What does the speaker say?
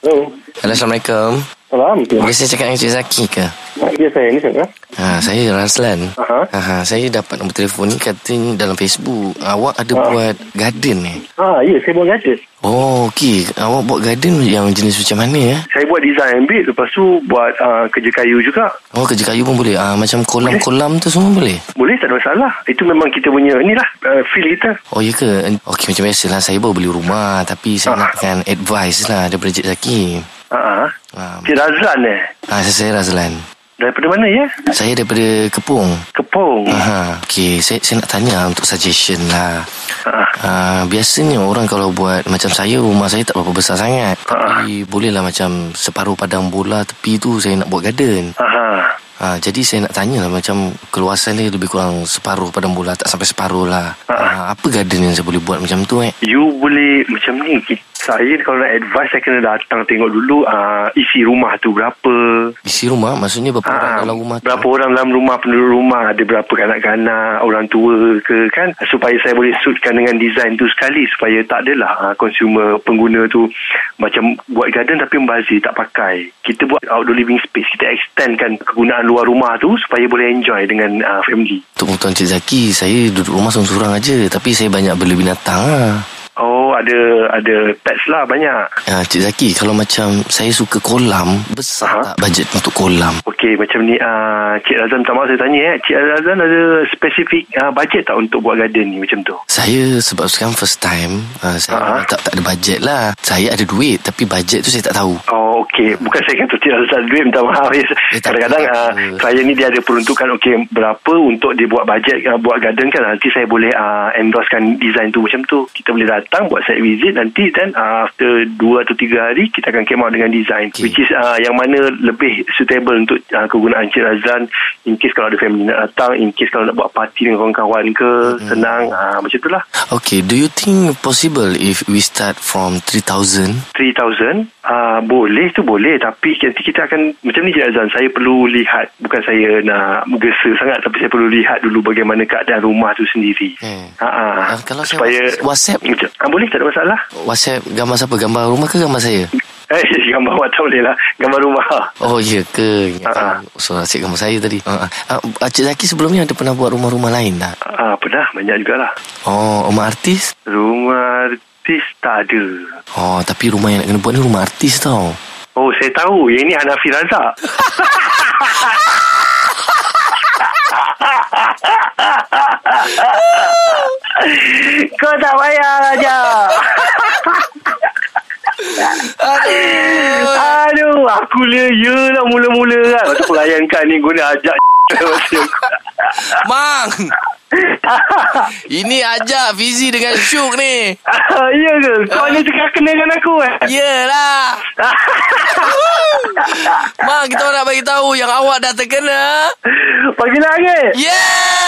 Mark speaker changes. Speaker 1: Hello.
Speaker 2: Halo, Assalamualaikum.
Speaker 1: Salam.
Speaker 2: Boleh saya cakap dengan Encik Zaki ke?
Speaker 1: Ya, saya ni siapa?
Speaker 2: Ha, saya Razlan.
Speaker 1: Aha.
Speaker 2: Ha, saya dapat nombor telefon ni katanya dalam Facebook. Awak ada
Speaker 1: Ha.
Speaker 2: buat garden ni.
Speaker 1: Ha, ya, saya buat gadget.
Speaker 2: Oh, okey. Awak buat garden yang jenis macam mana ya?
Speaker 1: Saya buat design and build. Lepas tu buat uh, kerja kayu juga.
Speaker 2: Oh, kerja kayu pun boleh. Ah, macam kolam-kolam tu semua boleh.
Speaker 1: Boleh, tak ada masalah. Itu memang kita punya, inilah, uh, field kita.
Speaker 2: Oh, ya ke? Okey, macam biasalah saya baru beli rumah tapi saya
Speaker 1: Ha.
Speaker 2: nakkan advice lah daripada Encik Zaki.
Speaker 1: Ha, ha.
Speaker 2: Ha,
Speaker 1: Cik Razlan eh.
Speaker 2: ha saya, saya Razlan.
Speaker 1: Daripada mana ya?
Speaker 2: Saya daripada Kepung.
Speaker 1: Kepong.
Speaker 2: Aha, okey, saya, saya nak tanya untuk suggestion lah.
Speaker 1: Ha.
Speaker 2: Uh, biasanya orang kalau buat macam saya rumah saya tak berapa besar sangat
Speaker 1: Ah.
Speaker 2: tapi bolehlah macam separuh padang bola tepi tu saya nak buat garden
Speaker 1: Ah, Aha.
Speaker 2: uh, jadi saya nak tanya lah macam keluasan dia lebih kurang separuh padang bola tak sampai separuh lah uh,
Speaker 1: Ah.
Speaker 2: apa garden yang saya boleh buat macam tu eh
Speaker 1: You boleh macam ni. Ki- Saya kalau nak advice, saya kena datang tengok dulu uh, isi rumah tu berapa.
Speaker 2: isi rumah maksudnya berapa orang
Speaker 1: Ah,
Speaker 2: dalam rumah tu
Speaker 1: berapa orang dalam rumah penduduk rumah ada berapa kanak-kanak orang tua ke kan supaya saya boleh suitkan dengan design tu sekali supaya tak adalah ha, consumer pengguna tu macam buat garden tapi membazir tak pakai kita buat outdoor living space kita extendkan kegunaan luar rumah tu supaya boleh enjoy dengan uh, family
Speaker 2: Untuk Tuan Cik Zaki Saya duduk rumah seorang-seorang aja Tapi saya banyak beli binatang lah
Speaker 1: oh ada ada pets lah banyak
Speaker 2: uh, Cik Zaki Kalau macam Saya suka kolam Besar
Speaker 1: Aha.
Speaker 2: tak bajet untuk kolam
Speaker 1: Okey macam ni uh, Cik Razan minta maaf saya tanya eh Cik Razan ada spesifik uh, budget tak untuk buat garden ni macam tu
Speaker 2: Saya sebab sekarang first time uh, Saya
Speaker 1: Ah.
Speaker 2: memang tak, tak ada bajet lah Saya ada duit Tapi bajet tu saya tak tahu
Speaker 1: Oh okey bukan saya kata tidak ada duit minta maaf Yes.
Speaker 2: Eh, tak
Speaker 1: kadang-kadang
Speaker 2: apa, tak
Speaker 1: uh,
Speaker 2: apa.
Speaker 1: saya ni dia ada peruntukan okey berapa untuk dia buat bajet uh, buat garden kan nanti saya boleh uh, endorsekan design tu macam tu kita boleh datang buat site visit nanti dan uh, after 2 atau 3 hari kita akan came out dengan design
Speaker 2: Okey.
Speaker 1: okay. which is uh, yang mana lebih suitable untuk uh, kegunaan Cik Razan in case kalau ada family nak datang in case kalau nak buat parti dengan kawan-kawan ke
Speaker 2: Mm-hmm.
Speaker 1: senang uh, macam tu lah
Speaker 2: Okay do you think possible If we start from 3000
Speaker 1: 3000 uh, boleh tu boleh tapi nanti kita akan macam ni Cik Azan saya perlu lihat bukan saya nak gesa sangat tapi saya perlu lihat dulu bagaimana keadaan rumah tu sendiri
Speaker 2: Hmm.
Speaker 1: ha ah.
Speaker 2: Ah, kalau saya WhatsApp-
Speaker 1: macam, ah, boleh tak ada masalah
Speaker 2: WhatsApp gambar siapa Gambar rumah ke gambar saya
Speaker 1: eh gambar watak boleh lah gambar rumah
Speaker 2: Oh ya ke
Speaker 1: Ah,
Speaker 2: Suara asyik gambar saya tadi uh, uh, Cik Zaki sebelumnya Ada pernah buat rumah-rumah lain tak
Speaker 1: ah, pernah banyak jugalah
Speaker 2: Oh rumah artis
Speaker 1: rumah artis tak ada
Speaker 2: Oh tapi rumah yang nak kena buat ni Rumah artis tau
Speaker 1: oh saya tahu yang ini Hanafi Razak Kau tak payah Raja Aduh, aku le ya lah mula-mula lah. Lepas tu pelayan kan ni guna ajak Lepas tu-
Speaker 2: Mang Ini ajak Fizi dengan Syuk ni
Speaker 1: Ah, Ya ke? Kau ni tengah kenakan aku eh?
Speaker 2: Yelah Mak kita orang nak bagi tahu yang awak dah terkena.
Speaker 1: Pagi langit.
Speaker 2: Yeah!